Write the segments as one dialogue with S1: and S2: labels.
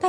S1: 大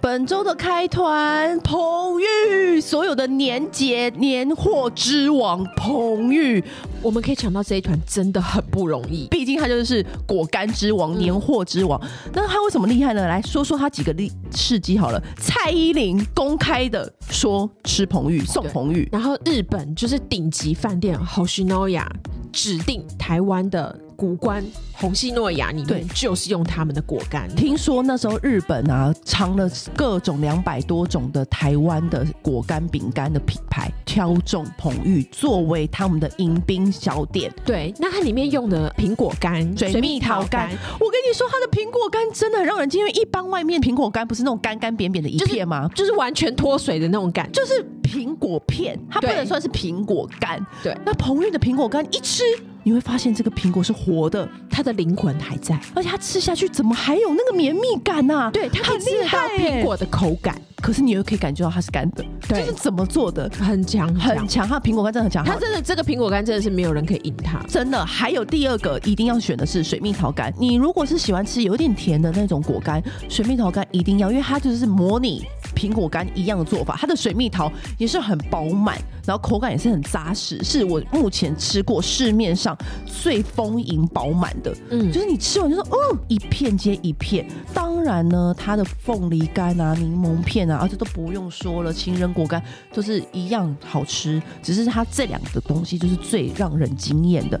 S1: 本周的开团，彭玉，所有的年节年货之王彭玉，
S2: 我们可以抢到这一团真的很不容易。
S1: 毕竟他就是果干之王、年货之王。那他为什么厉害呢？来说说他几个例事迹好了。蔡依林公开的说吃彭玉送彭玉，
S2: 然后日本就是顶级饭店 Hoshinoya 指定台湾的古关红西诺亚里
S1: 对
S2: 面就是用他们的果干，
S1: 听说那时候日本啊尝了各种两百多种的台湾的果干、饼干的品牌，挑中彭玉作为他们的迎宾小点。
S2: 对，那它里面用的苹果干、
S1: 水蜜桃干，我跟你说，它的苹果干真的很让人惊艳。一般外面苹果干不是那种干干扁扁的一
S2: 就是
S1: 片吗？
S2: 就是完全脱水的那种感觉。
S1: 就是苹果片，它不
S2: 对
S1: 能算是苹果干。
S2: 对
S1: 那彭玉的苹果干一吃，你会发现这个苹果是活的，
S2: 它的灵魂还在，
S1: 而且它吃下去怎么还有那个绵密感呐、啊？
S2: 对，它可
S1: 很
S2: 以
S1: 厉
S2: 吃得
S1: 害
S2: 到
S1: 耶
S2: 苹果的口感，
S1: 可是你又可以感觉到它是干的，这
S2: 对嗯
S1: 是怎么做的？
S2: 很强
S1: 很。强，它的苹果干真的很强。
S2: 它
S1: 好
S2: 真的这个苹果干真的是没有人可以赢它。
S1: 真的，还有第二个一定要选的是水蜜桃干。你如果是喜欢吃有点甜的那种果干，水蜜桃干一定要，因为它就是模拟苹果干一样的做法。它的水蜜桃也是很饱满，然后口感也是很扎实，是我目前吃过市面上最丰盈饱满的。
S2: 嗯
S1: 就是你吃完就说，嗯，一片接一片。当然呢，它的凤梨干啊、柠檬片啊，而且都不用说了，情人果干都是一样好吃，只是它这两个东西就是最让人惊艳的。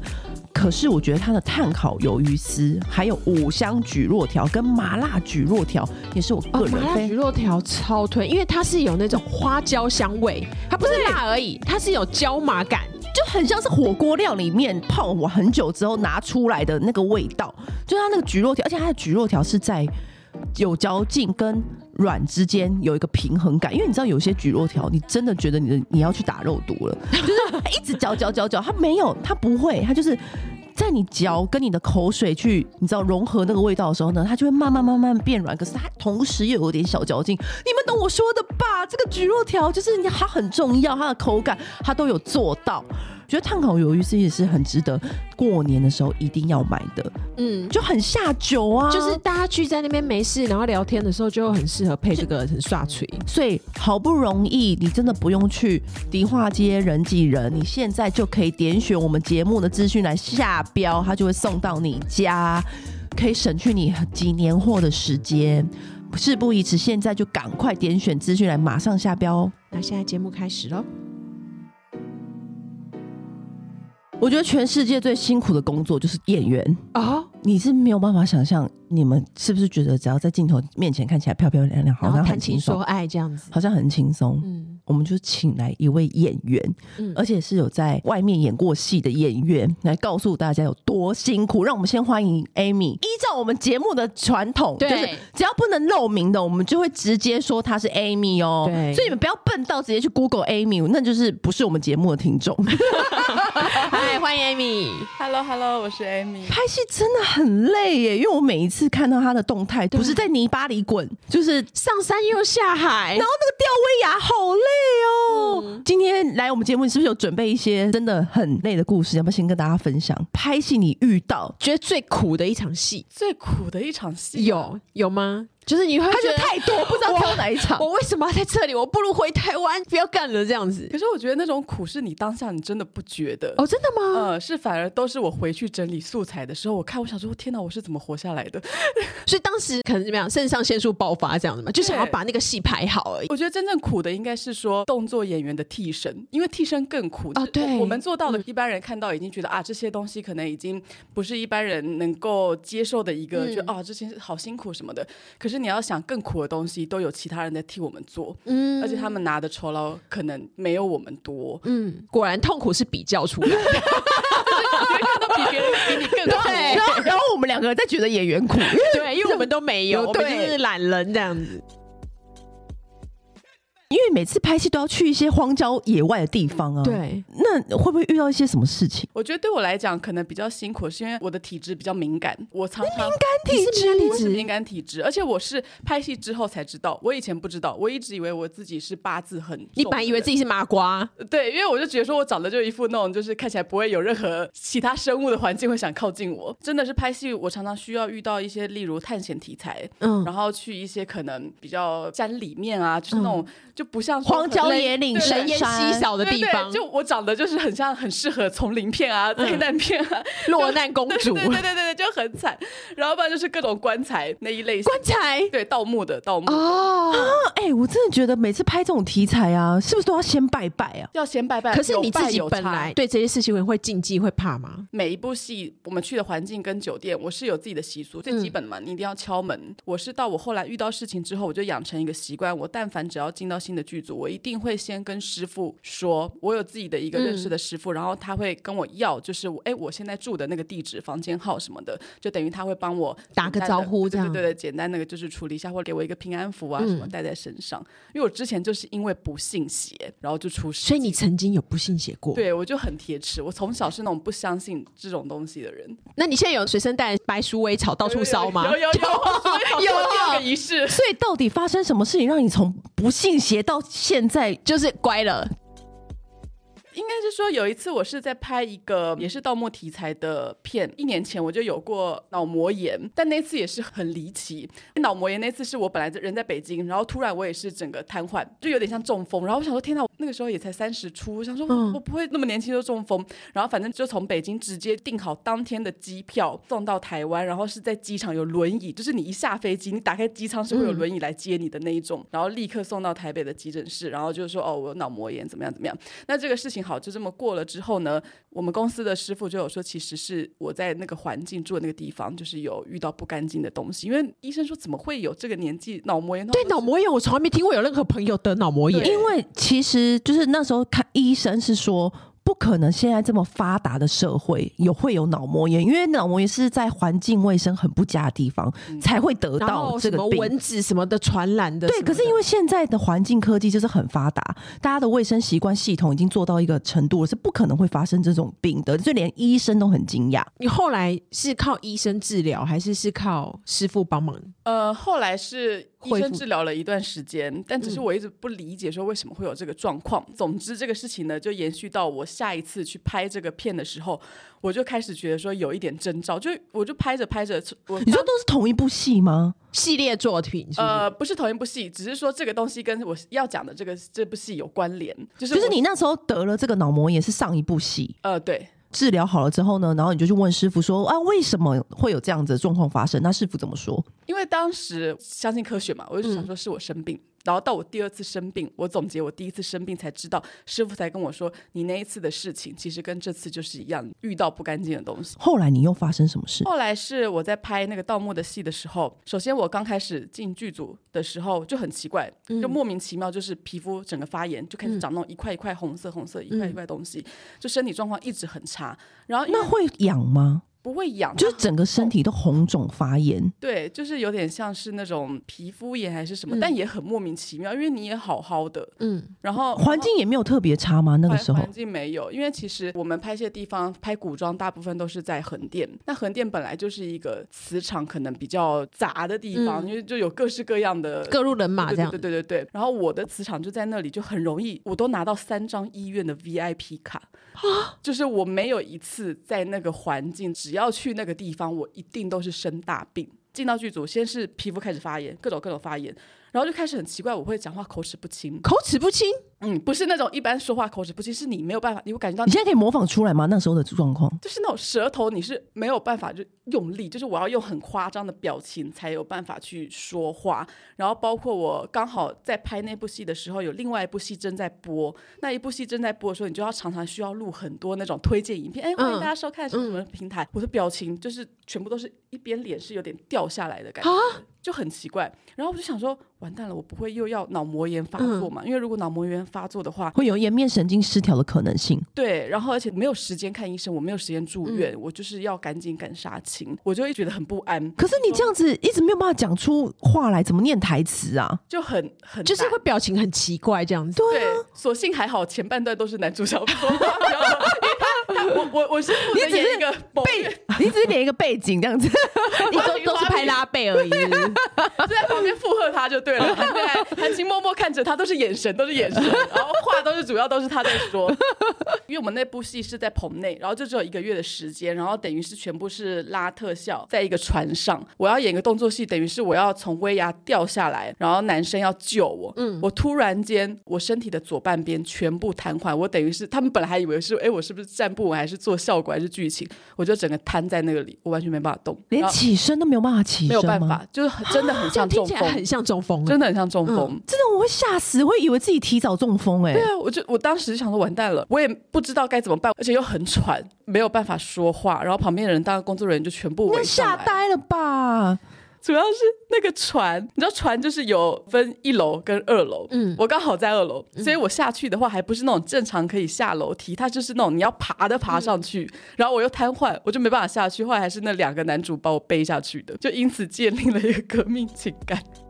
S1: 可是我觉得它的碳烤鱿鱼丝，还有五香蒟蒻条跟麻辣蒟蒻条，也是我个
S2: 哦，
S1: 人
S2: 麻辣
S1: 非
S2: 焗肉条超推，因为它是有那种花椒香味，它不是辣而已，它是有椒麻感。
S1: 就很像是火锅料里面泡我很久之后拿出来的那个味道，就是它那个蒟蒻条，而且它的蒟蒻条是在有嚼劲跟软之间有一个平衡感，因为你知道有些蒟蒻条，你真的觉得你的你要去打肉毒了，就是一直嚼嚼嚼嚼，它没有，它不会，它就是。在你嚼跟你的口水去，你知道融合那个味道的时候呢，它就会慢慢慢慢变软。可是它同时又有点小嚼劲，你们懂我说的吧？这个蒟蒻条就是它很重要，它的口感它都有做到。觉得碳烤鱿鱼丝也是很值得过年的时候一定要买的，
S2: 嗯，
S1: 就很下酒啊。
S2: 就是大家聚在那边没事，然后聊天的时候就很适合配这个很刷嘴。
S1: 所以好不容易你真的不用去迪化街人挤人，你现在就可以点选我们节目的资讯来下标，它就会送到你家，可以省去你几年货的时间。事不宜迟，现在就赶快点选资讯来，马上下标哦。
S2: 那现在节目开始喽。
S1: 我觉得全世界最辛苦的工作就是演员。
S2: 哦，
S1: 你是没有办法想象，你们是不是觉得只要在镜头面前看起来漂漂亮亮，好
S2: 然后
S1: 像
S2: 谈
S1: 很
S2: 情
S1: 轻
S2: 说
S1: 松，
S2: 爱这样子。
S1: 好像很轻松。
S2: 嗯，
S1: 我们就请来一位演员，
S2: 嗯
S1: 而且是有在外面演过戏的演员，来告诉大家有多辛苦。让我们先欢迎 Amy。依照我们节目的传统，就
S2: 对
S1: 是只要不能露名的，我们就会直接说她是 Amy 哦。
S2: 对
S1: 所以你们不要笨到直接去 Google Amy，那就是不是我们节目的听众。
S2: 嗨，欢迎 Amy。
S3: Hello Hello，我是 Amy。
S1: 拍戏真的很累耶，因为我每一次看到他的动态，不是在泥巴里滚，啊就是。
S2: 上山又下海
S1: 然，后那个吊威亚好累哦、今天来我们节目，你是不是有准备一些真的很累的故事？要不要先跟大家分享？拍戏你遇到，
S2: 觉得最苦的一场戏
S3: 最苦的一场戏
S2: 有有吗？就是你会
S1: 他
S2: 觉
S1: 觉得
S2: 得
S1: 太多，不知道挑哪一场。
S2: 我为什么要在这里？我不如回台湾，不要干了这样子
S3: 可。是我觉得那种苦是你当下你真的不觉得，
S2: 哦，真的吗？
S3: 呃，是反而都是我回去整理素材的时候，我看我想说，天哪，我是怎么活下来的？
S2: 所以当时可能怎么样，肾上腺素爆发这样子嘛，就想要把那个戏排好而已。
S3: 我觉得真正苦的应该是说动作演员的替身，因为替身更苦。
S2: 哦对
S3: 我我们做到的，一般人看到已经觉得啊，这些东西可能已经不是一般人能够接受的一个，
S2: 嗯
S3: 就啊，这些好辛苦什么的。可是你要想，更苦的东西都有其他人在替我们做，
S2: 嗯
S3: 而且他们拿的酬劳可能没有我们多。
S2: 嗯，果然痛苦是比较出来 的。
S3: 比别人比你更苦。
S2: 对
S1: 然后，然后我们两个人在觉得演员苦，因为
S2: 对，因为我们都没有，
S1: 有
S2: 我们就
S1: 对
S2: 是懒人这样子。
S1: 因为每次拍戏都要去一些荒郊野外的地方啊。，
S2: 对，
S1: 那会不会遇到一些什么事情？
S3: 我觉得对我来讲可能比较辛苦，是因为我的体质比较敏感，我常常
S2: 你是敏
S3: 我
S2: 感体
S3: 是敏
S2: 质，
S3: 感体质，而且我是拍戏之后才知道，我以前不知道，我一直以为我自己是八字很重的人。
S2: 你本来以为自己是麻瓜，
S3: 对，因为我就觉得说我长得就一副那种就是看起来不会有任何其他生物的环境会想靠近我。真的是拍戏，我常常需要遇到一些例如探险题材，
S2: 嗯，
S3: 然后去一些可能比较山里面啊，就是那
S2: 嗯
S3: 种、就不像说
S1: 荒
S3: 很
S1: 郊野岭、
S3: 对
S1: 深
S2: 人烟
S1: 山
S2: 稀少的
S3: 对
S2: 地
S3: 对
S2: 方，嗯
S3: 就我长得就是很像很适合丛林片啊、灾难片啊，
S2: 落难公主
S3: 对对对对对，就很惨。然后不然就是各种棺材那一类型，
S2: 棺材
S3: 对盗墓的盗墓。
S2: 哦，
S1: 啊，哎、我真的觉得每次拍这种题材啊，是不是都要先拜拜啊？
S3: 要先拜拜，
S2: 可是你
S3: 有拜
S2: 自己
S3: 有
S2: 本
S3: 差
S2: 来对这些事情会禁忌会怕吗？
S3: 每一部戏，我们去的环境跟酒店，我是有自己的习
S2: 嗯
S3: 俗，最基本的嘛，你一定要敲门。我是到我后来遇到事情之后，我就养成一个习惯，我但凡只要进到新的剧组，我一定会先跟师傅说，我有自己的一个认
S2: 嗯
S3: 识的师傅，然后他会跟我要，就是我哎，我现在住的那个地址、房间号什么的，就等于他会帮我
S2: 打个
S3: 简单的
S2: 招呼这
S3: 对
S2: 样嗯
S3: 对对对，简单那个就是处理一下，或者给我一个平安符啊什么带在身上。因为我之前就是因为不信邪，然后就出事，
S2: 所以你曾经有不信邪过？，
S3: 对我就很铁齿，我从小是那种不相信这种东西的人。
S2: 那你现在有随身带白鼠尾草到处烧吗？
S3: 有有有，有
S2: 有
S3: 有
S2: 啊
S3: 第二个仪式。
S1: 所以到底发生什么事情让你从不信邪到现在？
S2: 就是乖了，
S3: 应该是说有一次我是在拍一个也是盗墓题材的片，一年前我就有过脑膜炎，但那次也是很离奇。脑膜炎那次是我本来人在北京，然后突然我也是整个瘫痪，就有点像中风。然后我想说，天哪，我那个时候也才三十出，我想说
S2: 嗯
S3: 我不会那么年轻就中风。然后反正就从北京直接订好当天的机票送到台湾，然后是在机场有轮椅，就是你一下飞机，你打开机舱是会有轮椅来接你的那一种，然后立刻送到台北的急诊室，然后就说哦，我有脑膜炎怎么样怎么样。那这个事情好，就这么过了之后呢，我们公司的师傅就有说，其实是我在那个环境住的那个地方，就是有遇到不干净的东西，因为医生说怎么会有这个年纪脑膜炎？
S2: 对脑膜炎，我从来没听过有任何朋友得脑膜炎
S3: 对。
S1: 因为其实就是那时候看医生是说。不可能！现在这么发达的社会，有会有脑膜炎，因为脑膜炎是在环境卫生很不佳的地方、才会得
S2: 嗯然
S1: 到
S2: 后
S1: 这
S2: 什
S1: 个
S2: 么
S1: 病。
S2: 蚊子什么的传染的什
S1: 对，
S2: 么的，
S1: 可是因为现在的环境科技就是很发达，大家的卫生习惯系统已经做到一个程度了，是不可能会发生这种病的，就连医生都很惊讶。
S2: 你后来是靠医生治疗，还是是靠师傅帮忙？
S3: 呃，后来是医
S2: 恢
S3: 生
S2: 复
S3: 治疗了一段时间，但只是我一直不理解说为什么会有这个状况。总之，这个事情呢，就延续到我下一次去拍这个片的时候，我就开始觉得说有一点征兆，就我就拍着拍着，我
S1: 你说都是同一部戏吗？
S2: 系列作品是不是？
S3: 呃不是同一部戏，只是说这个东西跟我要讲的这个这部戏有关联，就是
S1: 就是
S3: 我
S1: 你那时候得了这个脑膜炎是上一部戏，
S3: 呃对。
S1: 治疗好了之后呢，然后你就去问师傅说啊，为什么会有这样子的状况发生？那师傅怎么说？
S3: 因为当时相信科学嘛，我就
S1: 嗯
S3: 想说是我生病，然后到我第二次生病，我总结我第一次生病才知道，师傅才跟我说，你那一次的事情其实跟这次就是一样，遇到不干净的东西。
S1: 后来你又发生什么事？
S3: 后来是我在拍那个盗墓的戏的时候，首先我刚开始进剧组的时候就很奇怪，就
S1: 嗯
S3: 莫名其妙就是皮肤整个发炎，就开始长那种一块一块红色红色一块一块东西，就身体状况一直很差，然后因
S1: 嗯
S3: 为
S1: 那会痒吗？
S3: 不会痒，啊
S1: 就是整个身体都红肿发炎，
S3: 对，就是有点像是那种皮肤炎还是什么，但也很莫名其妙，因为你也好好的，
S2: 嗯，
S3: 然后
S1: 环境也没有特别差吗？那个
S3: 然后环
S1: 时候
S3: 环境没有，因为其实我们拍戏的地方拍古装大部分都是在横店，那横店本来就是一个磁场可能比较杂的地方，
S2: 嗯
S3: 因为就有各式各样的。
S2: 各路人马
S3: 对
S2: 啊这样
S3: 对对。对对对，然后我的磁场就在那里，就很容易，我都拿到三张医院的 VIP 卡啊，就是我没有一次在那个环境，只要去那个地方，我一定都是生大病。进到剧组，先是皮肤开始发炎，各种各种发炎，然后就开始很奇怪，我会讲话口齿不清，
S2: 口齿不清，
S3: 嗯，不是那种一般说话口齿不清，是你没有办法，你会感觉到
S1: 你现在可以模仿出来吗？那时候的状况？
S3: 就是那种舌头你是没有办法就用力，就是我要用很夸张的表情才有办法去说话。然后包括我刚好在拍那部戏的时候，有另外一部戏正在播，那一部戏正在播的时候，你就要常常需要录很多那种推荐影片，哎，欢迎大家收看什么什么平台。我的表情就是全部都是一边脸是有点掉下来的感觉，就很奇怪。然后我就想说，完蛋了，我不会又要脑膜炎发作嘛？因为如果脑膜炎发作的话，
S1: 会有颜面神经失调的可能性。
S3: 对，然后而且没有时间看医生，我没有时间住院，我就是要赶紧赶杀青，我就一直觉得很不安，
S1: 可是你这样子一直没有办法讲出话来，怎么念台词 啊？
S3: 就很很
S2: 就是
S3: 大
S2: 会表情很奇怪这样子。
S1: 对
S3: 对
S1: 啊，，
S3: 所幸还好前半段都是男主角说话然后因为他我我我是负责
S1: 你只
S3: 演一个某
S1: 背，你只是连一个背景这 样子，
S2: 你都都是拍拉贝而已，是不是
S3: 就 在旁边附和他就对了，他在含情脉脉看着他，都是眼神，都是眼神，然后话都是主要都是他在说。因为我们那部戏是在棚内，然后就只有一个月的时间，然后等于是全部是拉特效，在一个船上，我要演一个动作戏，等于是我要从威亚掉下来，然后男生要救我，嗯，我突然间我身体的左半边全部瘫痪，我等于是他们本来还以为是，哎，我是不是站不稳，还是做效果，还是剧情，我就整个瘫在那个里，我完全没办法动，
S1: 连
S3: 然后
S1: 起身都没有办法起
S3: 啊没
S1: 身
S3: 有
S1: 吗？
S3: 办法，就是很真的很
S2: 这样
S3: 像
S2: 听
S3: 中
S2: 起
S3: 风，
S2: 来很像中风欸。
S3: 真的很像中风。
S1: 真的我会吓死，会以为自己提早中风哎、
S3: 对啊，我就我当时就想说完蛋了，我也不知道该怎么办，而且又很喘，没有办法说话。然后旁边的人，当然工作人员就全部
S1: 那
S3: 围上
S1: 吓
S3: 来。
S1: 呆了吧？
S3: 主要是那个船，你知道船就是有分一楼跟二楼，
S2: 嗯
S3: 嗯，我刚好在二楼，所以我下去的话还不是那种正常可以下楼梯，它就是那种你要爬的爬上去，然后我又瘫痪，我就没办法下去。后来还是那两个男主把我背下去的，就因此建立了一个革命情感。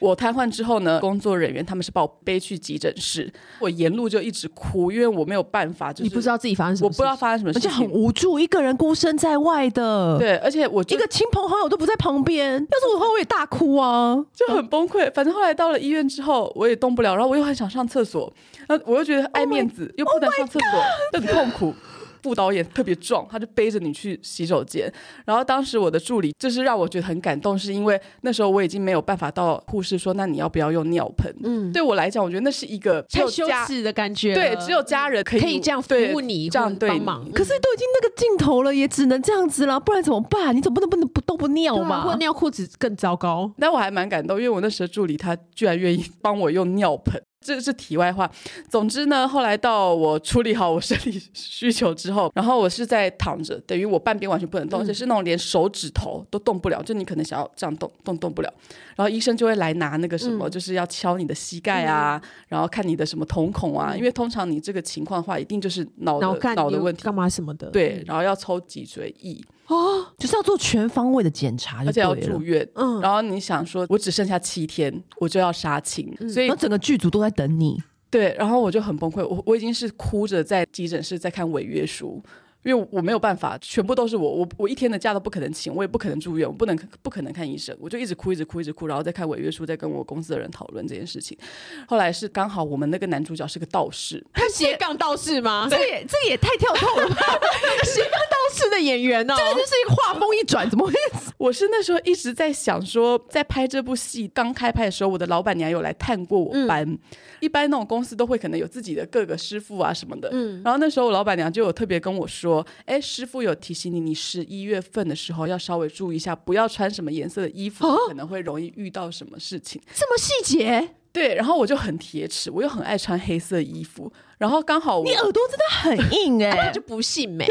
S3: 我瘫痪之后呢，工作人员他们是把我背去急诊室，我沿路就一直哭，因为我没有办法，就是
S2: 欸你不知，道自己发生什么，
S3: 我不知道，发生什么事
S1: 而且
S3: 情，
S1: 很无助，一个人孤身在外的，
S3: 对，而且我就
S1: 一个亲朋好友都不在旁边，要是我的话我也大哭啊。
S3: 就很崩溃。反正后来到了医院之后，我也动不了，然后我又很想上厕所，那我又觉得
S2: Oh
S3: 爱面子，又不能上厕所，就很痛苦。副导演特别壮，他就背着你去洗手间。然后当时我的助理就是让我觉得很感动，是因为那时候我已经没有办法到护士说，那你要不要用尿盆？
S2: 嗯，
S3: 对我来讲，我觉得那是一个只
S2: 太
S3: 有
S2: 羞
S3: 家
S2: 耻的感觉了。
S3: 对只有家人可以
S2: 可以这样服
S3: 对
S2: 务你，
S3: 这样对
S2: 帮
S3: 你
S2: 忙。
S1: 可是都已经那个尽头了，也只能这样子啦，不然怎么办？你总不能不能不都不尿
S2: 对啊或
S1: 吧？
S2: 尿裤子更糟糕。
S3: 但我还蛮感动，因为我那时的助理他居然愿意 帮我用尿盆。这是题外话。总之呢，后来到我处理好我生理需求之后，然后我是在躺着，等于我半边完全不能动，而
S2: 嗯
S3: 且是那种连手指头都动不了，就你可能想要这样动动动不了。然后医生就会来拿那个什
S2: 嗯
S3: 么，就是要敲你的膝盖啊，然后看你的什么瞳孔啊，因为通常你这个情况的话，一定就是脑
S2: 嗯脑
S3: 的
S2: 干
S3: 脑的
S2: 有
S3: 问题
S2: 干。嘛什么的？
S3: 对，然后要抽脊椎液，
S2: 哦，
S1: 就是要做全方位的检查就
S3: 而且
S1: 对了，
S3: 要住院。
S2: 嗯，
S3: 然后你想说，我只剩下七天，我就要杀青，
S2: 嗯
S3: 所以
S2: 哦
S1: 然后整个剧组都在等你。
S3: 对，然后我就很崩溃，我我已经是哭着在急诊室在看违约书。因为我没有办法，全部都是我，我我一天的假都不可能请，我也不可能住院，我不能不可能看医生，我就一直哭，一直哭，一直哭，然后再看违约书，再跟我公司的人讨论这件事情。后来是刚好我们那个男主角是个道士，
S2: 他斜杠道士吗？
S1: 这也这也太跳脱了吧，
S2: 斜杠道士的演员哦，
S1: 这就是一个画风一转，怎 么会？
S3: 我是那时候一直在想说，在拍这部戏刚开拍的时候，我的老板娘有来探过我班。一般那种公司都会可能有自己的各个师傅啊什么的。然后那时候我老板娘就有特别跟我说，哎，师傅有提醒你，你十一月份的时候要稍微注意一下，不要穿什么颜色的衣服，可能会容易遇到什么事情。
S2: 这么细节，
S3: 对，然后我就很铁齿，我又很爱穿黑色衣服，然后刚好我
S1: 你耳朵真的很硬哎、
S2: 就不信没。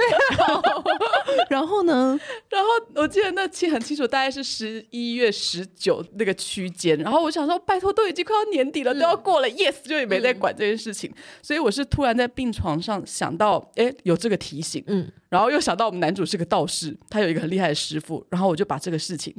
S1: 然后呢？
S3: 然后我记得那期很清楚，大概是十一月十九那个区间。然后我想说，拜托，都已经快要年底了，都要过了，yes，就也没在管这件事情。所以我是突然在病床上想到，哎，有这个提醒，
S2: 嗯
S3: 嗯，然后又想到我们男主是个道士，他有一个很厉害的师傅，然后我就把这个事情。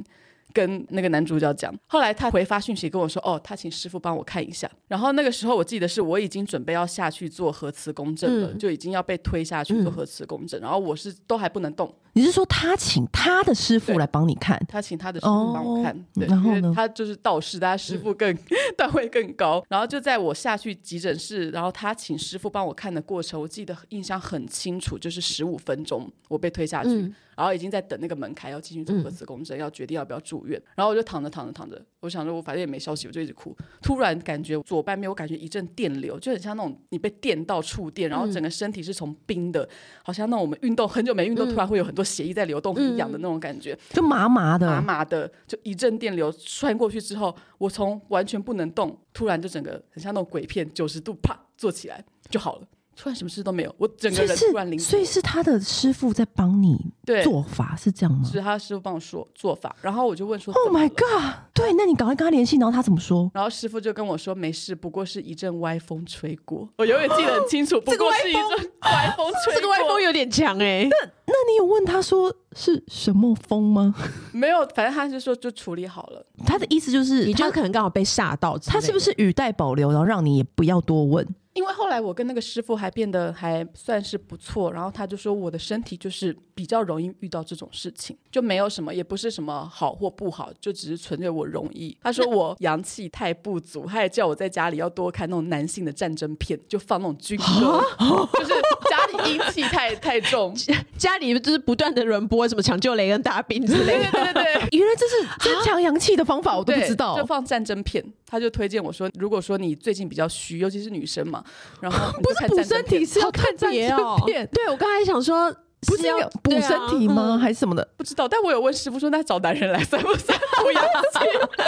S3: 跟那个男主角讲，后来他回发讯息跟我说，哦，他请师傅帮我看一下。然后那个时候我记得是我已经准备要下去做核磁共振了，就已经要被推下去做核磁共振，然后我是都还不能动，
S1: 你是说他请他的师傅
S3: 对
S1: 来帮你看？
S3: 他请他的师傅帮我看，
S1: 哦
S3: 对，
S1: 然后呢
S3: 因为他就是道士，但他师傅更、 段位更高。然后就在我下去急诊室，然后他请师傅帮我看的过程，我记得印象很清楚，就是十五分钟我被推下去，
S1: 嗯
S3: 然后已经在等那个门开，要进去做核磁共振，要决定要不要住院。然后我就躺着躺着躺着，我想说我反正也没消息，我就一直哭。突然感觉左半边我感觉一阵电流，就很像那种你被电到触
S1: 嗯
S3: 电，然后整个身体是从冰的，好像那种我们运动很久没运
S1: 嗯
S3: 动，突然会有很多血液在流动，很痒的那种感觉。
S1: 就麻麻的，
S3: 麻麻的，就一阵电流穿过去之后，我从完全不能动，突然就整个很像那种鬼片，九十度啪坐起来就好了，突然什么事都没有，我整
S1: 所
S3: 个
S1: 以
S3: 人
S1: 是
S3: 突然灵活
S1: 所以是他的师傅在帮你
S3: 对
S1: 做法是这样吗
S3: 是他师傅帮我说做法，然后我就问说
S1: ？Oh
S3: 怎么
S1: my
S3: 了
S1: god！对，那你赶快跟他联系，然后他怎么说？
S3: 然后师傅就跟我说没事，不过是一阵歪风吹过，我永远记得很清 楚，不
S2: 这个
S3: 过
S2: 歪
S3: 是一阵歪风吹过，
S2: 这个歪风有点强哎、
S3: 欸
S1: 那你有问他说是什么风吗？
S3: 没有，反正他就说就处理好了，
S1: 他的意思就是
S2: 你就
S1: 他
S2: 可能刚好被吓到之类
S1: 他
S2: 的，
S1: 是不是语带保留，然后让你也不要多问？
S3: 因为后来我跟那个师傅还变得还算是不错，然后他就说我的身体就是比较容易遇到这种事情，就没有什么，也不是什么好或不好，就只是纯粹我容易。他说我阳气太不足，他也叫我在家里要多看那种男性的战争片，就放那种军歌，
S1: 啊
S3: 就是家里阴气太 太重。
S2: 家里就是不断的轮播什么抢救雷跟大兵之类 的？
S3: 对对对对对。
S1: 原来这是增强阳气的方 法，我都不
S3: 对
S1: 知道
S3: 就。放战争片，他就推荐我说，如果说你最近比较虚，尤其是女生嘛，然后你就
S1: 不是
S3: 看
S1: 补
S3: 战争
S1: 身
S3: 片
S1: 体，是要看战
S2: 别
S1: 争
S2: 哦
S1: 片，
S2: 对我刚才想说，
S1: 不是
S2: 要
S1: 有补
S3: 啊
S1: 身体吗？？
S3: 嗯
S1: 还是什么的？
S3: 不知道。但我有问师傅说，那找男人来算不算补阳气？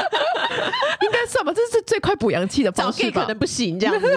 S1: 应该算吧，这是最快补阳气的
S2: 对啊
S1: 方
S2: 嗯找 gay
S1: 式
S2: 可
S1: 吧
S2: 能？不行这样子，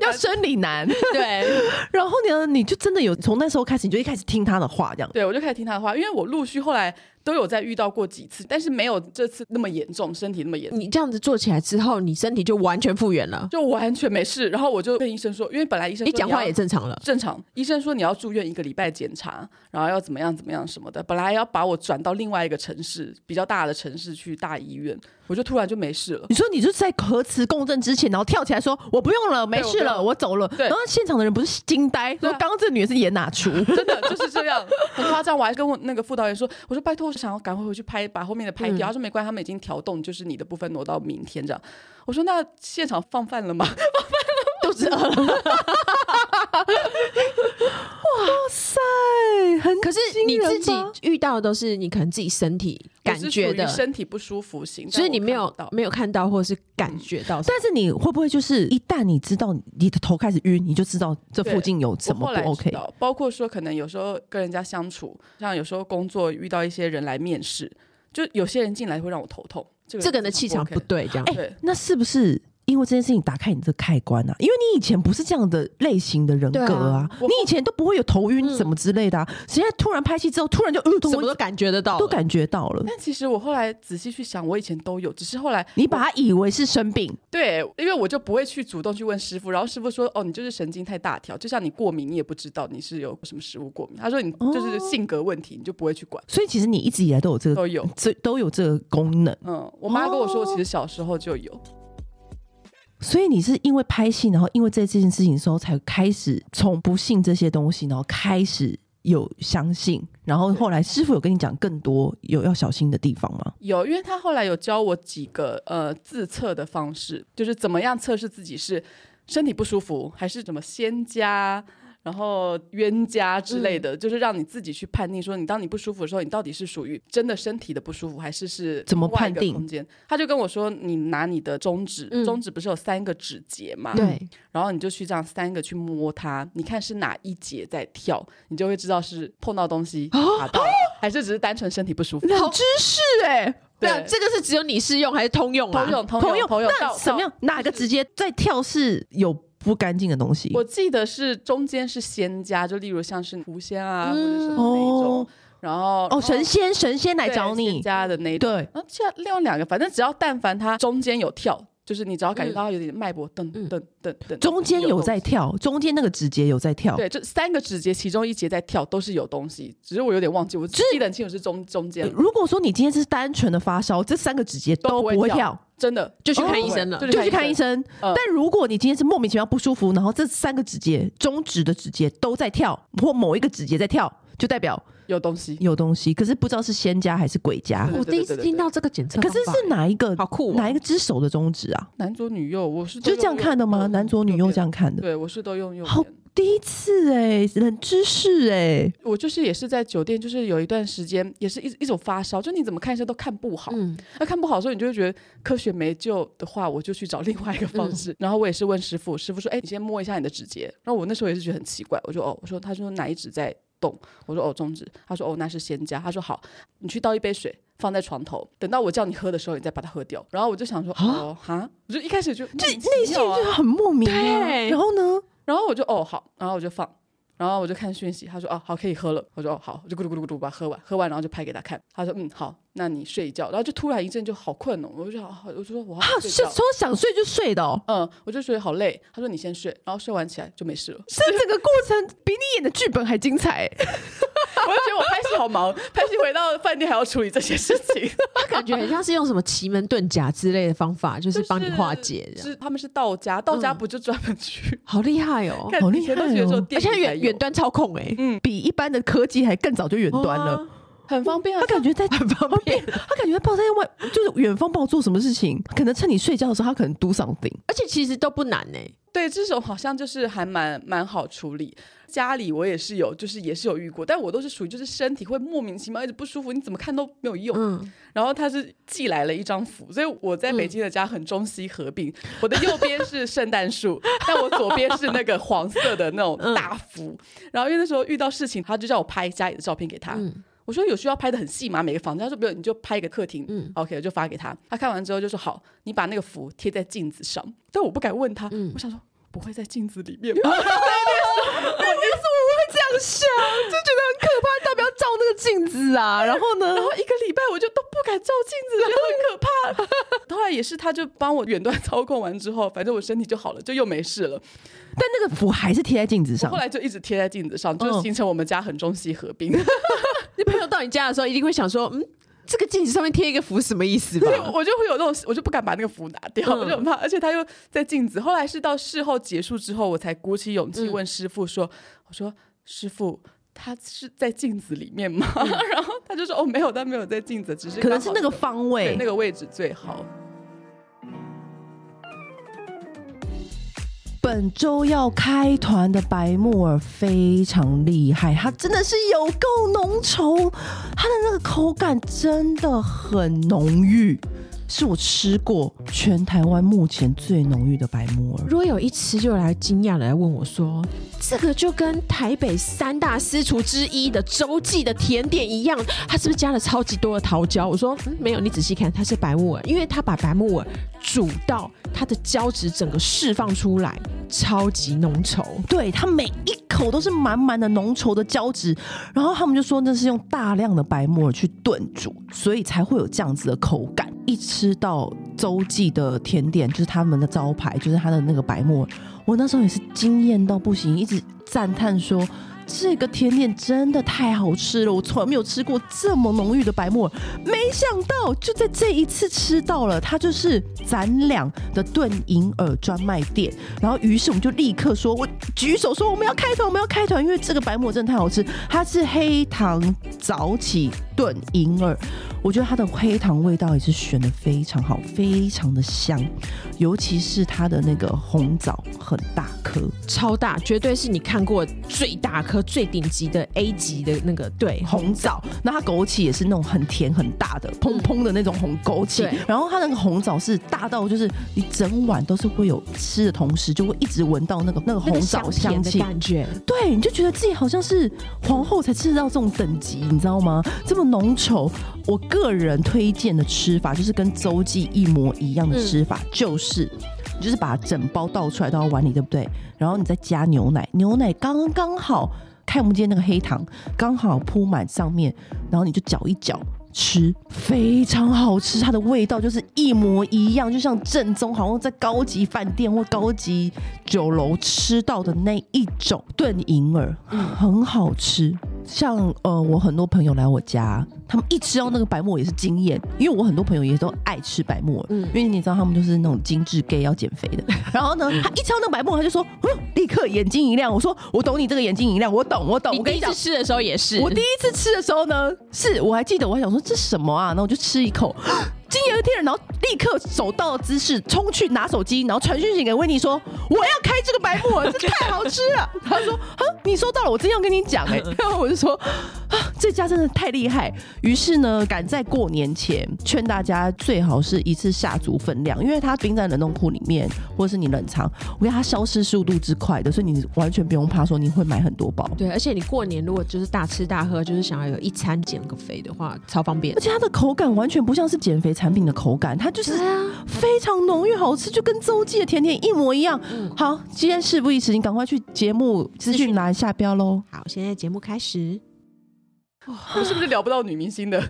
S1: 要生理男。
S2: 对，
S1: 然后呢，你就真的有从那时候开始，你就一开始听他的话，这样。
S3: 对，我就开始听他的话，因为我陆续后来都有在遇到过几次，但是没有这次那么严重，身体那么严 重。
S2: 你这样子做起来之后，你身体就完全复原了，
S3: 就完全没事，然后我就跟医生说，因为本来医生说
S2: 你讲话
S3: 要
S2: 也正常 了。
S3: 正常，医生说你要住院一个礼拜检查，然后要怎么样怎么样什么的，本来要把我转到另外一个城市，比较大的城市去大医院，我就突然就没事了。
S1: 你说你就是在核磁共振之前，然后跳起来说我不用了，没事
S3: 我不
S1: 了，
S3: 用
S1: 我走了。
S3: 对
S1: 然后现场的人不是惊呆，说
S3: 对啊
S1: 刚刚这女的是演哪 出？
S3: 真的就是这样， 很夸张。我还跟我那个副导演说，我说拜托，我想要赶快回去拍，把后面的拍
S2: 嗯
S3: 掉。他说没关系，他们已经调动，就是你的部分挪到明天这样。我说那现场放饭了吗？
S2: 肚子饿了，
S1: 哇塞，很
S2: 可是你自己遇到的都是你可能自己身体感觉
S3: 我
S2: 的
S3: 是属于，身体不舒服型，
S2: 所以
S3: 但
S2: 你
S3: 我
S2: 没有
S3: 看不到嗯
S2: 没有看到或者是感觉到什么。
S1: 但是你会不会就是一旦你知道你的头开始晕，你就知道这附近有什
S3: 我
S1: 么
S3: 后来
S1: 不 OK？
S3: 知道包括说可能有时候跟人家相处，像有时候工作遇到一些人来面试，就有些人进来会让我头痛。这个
S2: 这个人的气场不
S3: OK
S2: 对，这样。
S3: 对。
S1: 那是不是因为这件事情打开你的开关啊？因为你以前不是这样的类型的人格
S2: 对
S1: 啊，
S2: 啊嗯
S3: 我
S1: 你以前都不会有头晕什么之类的啊。谁在突然拍戏之后，突然就呃，
S2: 什么都感觉得到了，
S1: 都感觉到了，
S3: 但其实我后来仔细去想，我以前都有，只是后来
S1: 你把它以为是生病，
S3: 对，因为我就不会去主动去问师傅，然后师傅说：“哦，你就是神经太大条，就像你过敏，你也不知道你是有什么食物过敏。”他说：“你就是性格问题，你就不会去管。
S1: 所以其实你一直以来都有这”个
S3: 都有，
S1: 这都有这个功能。
S3: 嗯，我妈跟我
S1: 哦
S3: 说，我其实小时候就有，
S1: 所以你是因为拍戏，然后因为这这件事情的时候，才开始从不信这些东西，然后开始有相信，然后后来师傅有跟你讲更多有要小心的地方吗？
S3: 有，因为他后来有教我几个呃自测的方式，就是怎么样测试自己是身体不舒服，还是怎么先加。然后冤家之
S1: 嗯
S3: 类的，就是让你自己去判定，说你当你不舒服的时候，你到底是属于真的身体的不舒服，还是是
S1: 怎么
S3: 另外一个
S1: 判定
S3: 空间？他就跟我说，你拿你的中指，
S2: 嗯
S3: 中指不是有三个指节嘛？
S2: 对，
S3: 然后你就去这样三个去摸它，你看是哪一节在跳，你就会知道是碰到东西
S1: 哦
S3: 卡到，还是只是单纯身体不舒服。
S1: 冷知识哎、
S2: 对啊，
S3: 对
S2: 这个是只有你适用还是通用啊？
S3: 欸通用通
S1: 朋
S3: 用
S1: 友，
S3: 通用，
S1: 那
S3: 到
S1: 什么？样哪个直接在跳是有不干净的东西
S3: 到？我记得是中间是仙家，就例如像是狐仙啊，
S2: 嗯
S3: 或者什么那一
S1: 哦
S3: 种，然后
S1: 哦，神仙神仙来找你，
S3: 家的那一种，
S1: 对，
S3: 然后这样另外两个，反正只要但凡它中间有跳，就是你只要感觉到它有点脉搏噔
S2: 嗯
S3: 噔噔噔，
S1: 中间有
S3: 动
S1: 在
S3: 静
S1: 跳，中间那个指节有在跳，
S3: 对，这三个指节其中一节在跳，都是有东西，只是我有点忘记，我记得很清楚是中中间，
S1: 如果说你今天是单纯的发烧，这三个指节都
S3: 都
S1: 不
S3: 不
S1: 会
S3: 会
S1: 跳
S3: 跳，真的哦
S2: 就去看医生了
S3: 就
S1: 就去看医。生。
S3: 嗯
S1: 但如果你今天是莫名其妙不舒服，然后这三个指节，中指的指节都在跳，或某一个指节在跳，就代表
S3: 有东西，
S1: 有东西，可是不知道是仙家还是鬼家。
S3: 对
S2: 我第一次听到这个检测
S1: 可
S2: 方
S1: 是
S2: 法，
S1: 是哪一个？
S2: 好酷哦
S1: 哪一个只手的中指啊？
S3: 男左女右，我是都
S1: 就这样
S3: 用
S1: 看的
S3: 右
S1: 吗？
S3: 边
S1: 男左女右这？样看
S3: 右
S1: 的？
S3: 边对，我是都用右
S1: 好
S3: 边。
S1: 第一次哎、冷知识哎、
S3: 我就是也是在酒店，就是有一段时间也是一一种发烧，就你怎么看医生都看不好，
S2: 嗯，
S3: 那、看不好的时候你就会觉得科学没救的话，我就去找另外一个
S1: 嗯
S3: 方式。然后我也是问师傅，师傅说：“哎、你先摸一下你的指节。”然后我那时候也是觉得很奇怪，我就哦，我说他说哪一指在动？我说哦中指，他说哦那是仙家，他说好，你去倒一杯水。放在床头，等到我叫你喝的时候，你再把它喝掉。然后我就想说，哦哈，我就一开始就
S1: 就
S3: 莫名
S1: 啊
S3: 其
S1: 内心
S3: 妙啊
S1: 就很莫名、啊。
S2: 对
S1: 然后呢？
S3: 然后我就哦好，然后我就放，然后我就看讯息，他说哦好可以喝了，我就哦好，我就咕噜咕噜咕噜把它喝完，喝完然后就拍给他看，他说嗯好，那你睡一觉，然后就突然一阵就好困哦，我就想哦我就说我
S1: 啊
S3: 好，
S1: 是
S3: 睡觉
S1: 说，想睡就睡的哦。
S3: 嗯，我就觉得好累，他说你先睡，然后睡完起来就没事了，
S1: 这整个过程比你演的剧本还精彩、哎
S3: 我就觉得我拍戏好忙，拍戏回到饭店还要处理这些事情，
S2: 他感觉很像是用什么奇门遁甲之类的方法， 就是帮你化解这样，
S3: 是他们是道家，道家
S2: 嗯
S3: 不就专门去
S2: 好厉害哦！
S3: 看
S1: 好厉
S3: 以前都
S1: 害
S3: 觉得
S1: 哦
S3: 说
S1: 而
S3: 电
S2: 而且
S3: 影
S2: 它
S3: 才
S2: 远
S3: 有
S2: 远端操控哎、欸，
S1: 比一般的科技还更早就远端
S2: 哦
S1: 了。
S3: 很方便啊
S1: 他，感觉在很方便，他感觉报在外，就是远方帮我做什么事情，可能趁你睡觉的时候，他可能 do something。
S2: 而且其实都不难哎、
S3: 对，这种好像就是还蛮蛮好处理。家里我也是有，就是也是有遇过，但我都是属于就是身体会莫名其妙一直不舒服，你怎么看都没有用。
S2: 嗯，
S3: 然后他是寄来了一张符，所以我在北京的家很中西合并，我的右边是圣诞树，但我左边是那个黄色的那种大符。然后因为那时候遇到事情，他就叫我拍家里的照片给他。
S2: 嗯
S3: 我说有需要拍的很细吗？每个房间？他说不用，你就拍一个客厅。OK，我就发给他。他看完之后就说好，你把那个符贴在镜子上。但我不敢问他，我想说不会在镜子里面吧？
S1: 这样想就觉得很可怕，到底要照那个镜子啊？然后呢
S3: 然？后一个礼拜我就都不敢照镜子，觉得很可怕。后来也是，他就帮我远端 操控完之后，反正我身体就好了，就又没事了。
S1: 但那个符还是贴在镜子
S3: 我
S1: 上
S3: 后。来就一直贴在镜子上，
S1: 嗯
S3: 就形成我们家很中西合 并。
S2: 你朋友到你家的时候一定会想说，嗯，这个镜子上面贴一个符什么意思吧
S3: 所？以我就会有那种，我就不敢把那个符拿掉，
S2: 嗯
S3: 我就很怕。而且他又在镜子，后来是到事后结束之后，我才鼓起勇气
S1: 嗯
S3: 问师傅说：“我说师傅。”他是在镜子里面吗？ 然后他就说：“哦，没有，他没有在镜子，只是
S1: 嗯可能是那
S3: 刚好
S1: 个方
S3: 对
S1: 位
S3: 那，个位置最好。
S1: 本周要开团的白木耳非常厉害，它真的是有够浓稠，它的那个口感真的很浓郁，是我吃过全台湾目前最浓郁的白木耳。
S2: 如果有一吃就来惊讶的来问我说，这个就跟台北三大私厨之一的周记的甜点一样，它是不是加了超级多的桃胶？我说、嗯、没有，你仔细看，它是白木耳，因为它把白木耳煮到它的胶质整个释放出来，超级浓稠。
S1: 对，它每一口都是满满的浓稠的胶质，然后他们就说那是用大量的白木耳去炖煮，所以才会有这样子的口感。一吃到周记的甜点，就是他们的招牌，就是它的那个白木耳，我那时候也是惊艳到不行，一直赞叹说。这个甜点真的太好吃了，我从来没有吃过这么浓郁的白木耳，没想到就在这一次吃到了，它就是咱俩的炖银耳专卖店。然后于是我们就立刻说，我举手说我们要开团，我们要开团，因为这个白木耳真的太好吃，它是黑糖早起炖银耳，我觉得它的黑糖味道也是选的非常好，非常的香，尤其是它的那个红枣很大颗，
S2: 超大，绝对是你看过最大颗、最顶级的 A 级的那个，对，
S1: 红枣，那它枸杞也是那种很甜很大的，砰砰的那种红枸杞
S2: 嗯对。
S1: 然后它那个红枣是大到就是你整碗都是会有吃的同时，就会一直闻到那个那个
S2: 那
S1: 红
S2: 个
S1: 枣
S2: 香
S1: 香
S2: 甜的
S1: 气，
S2: 感觉，
S1: 对，你就觉得自己好像是皇后才吃得到这种等级，你知道吗？这么浓稠，我个人推荐的吃法就是跟周记一模一样
S2: 嗯
S1: 的吃法，就是你就是把整包倒出来倒到碗里，对不对？然后你再加牛奶，牛奶刚刚好看不见那个黑糖，刚好铺满上面，然后你就搅一搅。吃非常好吃，它的味道就是一模一样，就像正宗，好像在高级饭店或高级酒楼吃到的那一种炖银耳，很好吃。像呃，我很多朋友来我家，他们一吃到那个白木耳也是惊艳，因为我很多朋友也都爱吃白木耳，
S2: 嗯
S1: 因为你知道他们就是那种精致 gay 要减肥 的。然后呢，他一吃到那个白木耳，他就说，嗯，立刻眼睛一亮。我说，我懂你这个眼睛一亮，我懂，我懂。
S2: 你
S1: 我跟你
S2: 第一
S1: 讲
S2: 次，吃的时候也是，
S1: 我第一次吃的时候呢，是我还记得，我还想说这是什么啊？然后我就吃一口， 惊为天人，然后立刻手到姿势冲去拿手机，然后传讯息给温妮说我要开这个白木耳，这太好吃了。他说啊，你收到了，我真要跟你讲哎、然后我就说啊，这家真的太厉害。于是呢，赶在过年前劝大家最好是一次下足分量，因为它冰在冷冻库里面，或者是你冷藏，我跟它消失速度之快的，所以你完全不用怕说你会买很多包。
S2: 对，而且你过年如果就是大吃大喝，就是想要有一餐减个肥的话，超方便
S1: 而。且它的口感完全不像是减肥产品的口口感，它就是
S2: 对啊，
S1: 非常浓郁好吃，就跟周记的甜甜一模一样。
S2: 嗯
S1: 好，今天事不宜迟，你赶快去节目资讯栏下标 喽。
S2: 好，现在节目开始。
S3: 我们是不是聊不到女明星的？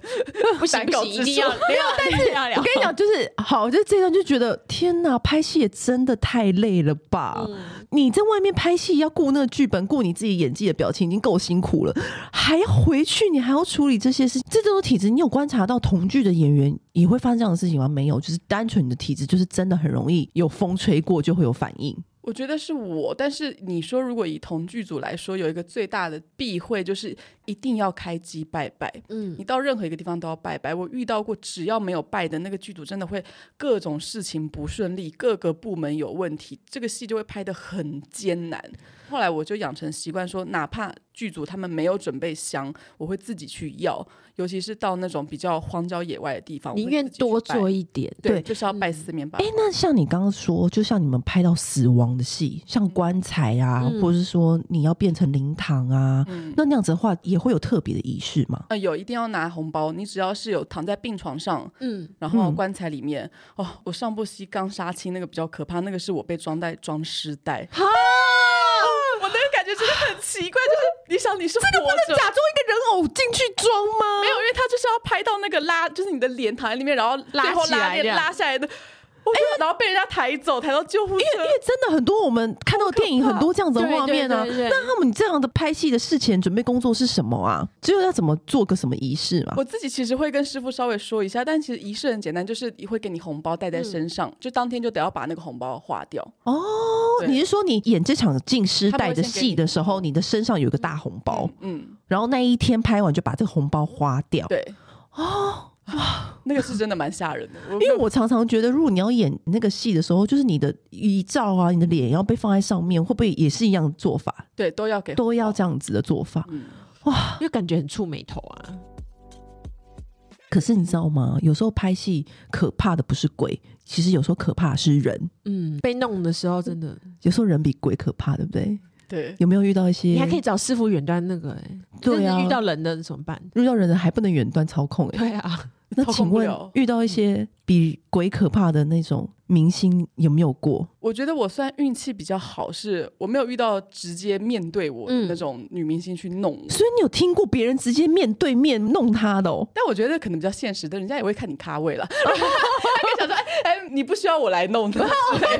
S2: 不行
S3: 难
S2: 不
S3: 搞
S2: 行，一
S3: 之
S2: 定要
S3: 处
S2: 没有，但是要
S1: 我
S2: 聊
S1: 跟。你讲，就是好，就是这一段就觉得天哪，拍戏也真的太累了吧！你在外面拍戏要顾那个剧本，顾你自己演技的表情已经够辛苦了，还要回去，你还要处理这些事，这都是体质。你有观察到同剧的演员也会发生这样的事情吗？没有，就是单纯你的体质，就是真的很容易有风吹过就会有反应。
S3: 我觉得是我，但是你说如果以同剧组来说，有一个最大的避讳就是一定要开机拜拜。
S2: 嗯
S3: 你到任何一个地方都要拜拜。我遇到过，只要没有拜的那个剧组，真的会各种事情不顺利，各个部门有问题，这个戏就会拍得很艰难。后来我就养成习惯说，哪怕剧组他们没有准备香，我会自己去要，尤其是到那种比较荒郊野外的地方，我会
S2: 宁愿
S3: 自己去
S2: 多
S3: 拜
S2: 做一嗯点。
S3: 对，
S1: 对
S3: 就是要拜四面八
S1: 哎、那像你刚刚说，就像你们拍到死亡的戏，像棺材啊，
S2: 嗯
S1: 或者是说你要变成灵堂啊，
S3: 嗯
S1: 那那样子的话，也会有特别的仪式吗？
S3: 呃，有一定要拿红包，你只要是有躺在病床上，
S2: 嗯，
S3: 然后
S1: 嗯
S3: 棺材里面，哦，我上部戏刚杀青那个比较可怕，那个是我被装袋装尸袋，
S1: 啊！
S3: 我那个感觉真的很奇怪， 就是你想你是活着。
S1: 假装一个人偶进去装吗？
S3: 没有，因为他就是要拍到那个拉，就是你的脸躺在里面，然后
S2: 拉
S3: 最后
S2: 起来
S3: 拉链
S2: 这样
S3: 拉下来的，哎我觉得然后被人家抬走，抬到救护车。
S1: 因为真的很多我们看到的电影很多这样子的画面啊。
S2: 对对对对
S1: 那他们这样的拍戏的事前准备工作是什么啊？只有要怎么做个什么仪式嘛？
S3: 我自己其实会跟师傅稍微说一下，但其实仪式很简单，就是会给你红包带在身上，就当天就得要把那个红包花掉。
S1: 哦，
S3: 对
S1: 你是说你演这场进师
S3: 他们
S1: 带
S3: 会
S1: 的
S3: 先给
S1: 戏
S3: 你
S1: 的时候，你的身上有一个大红包，
S3: 嗯，
S1: 然后那一天拍完就把这个红包花掉？
S3: 对。哦，哇，那个是真的蛮吓人的。因
S1: 因为我常常觉得，如果你要演那个戏的时候，就是你的遗照啊，你的脸要被放在上面，会不会也是一样的做法？
S3: 对都要给
S1: 都要这样子的做法。
S3: 嗯
S2: 因为感觉很触眉头啊。
S1: 可是你知道吗？有时候拍戏可怕的不是鬼，其实有时候可怕的是人。
S2: 嗯，被弄的时候真的，
S1: 有时候人比鬼可怕，对不对？
S3: 对，
S1: 有没有遇到一些？
S2: 你还可以找师傅远端那个哎。
S1: 对
S2: 但
S1: 啊
S2: 是遇，到人的怎么办？
S1: 遇到人还不能远端操控、 欸。
S2: 对啊，
S1: 那
S3: 操控
S1: 请
S3: 不
S1: 问
S3: 了
S1: 遇到一些比鬼可怕的那种明星有没有过？
S3: 我觉得我算运气比较好，是我没有遇到直接面对我的
S2: 嗯
S3: 那种女明星去弄我。
S1: 所以你有听过别人直接面对面弄他 的哦？
S3: 但我觉得可能比较现实的，人家也会看你 咖位了，他可以想说，哎哎，你不需要我来弄 的，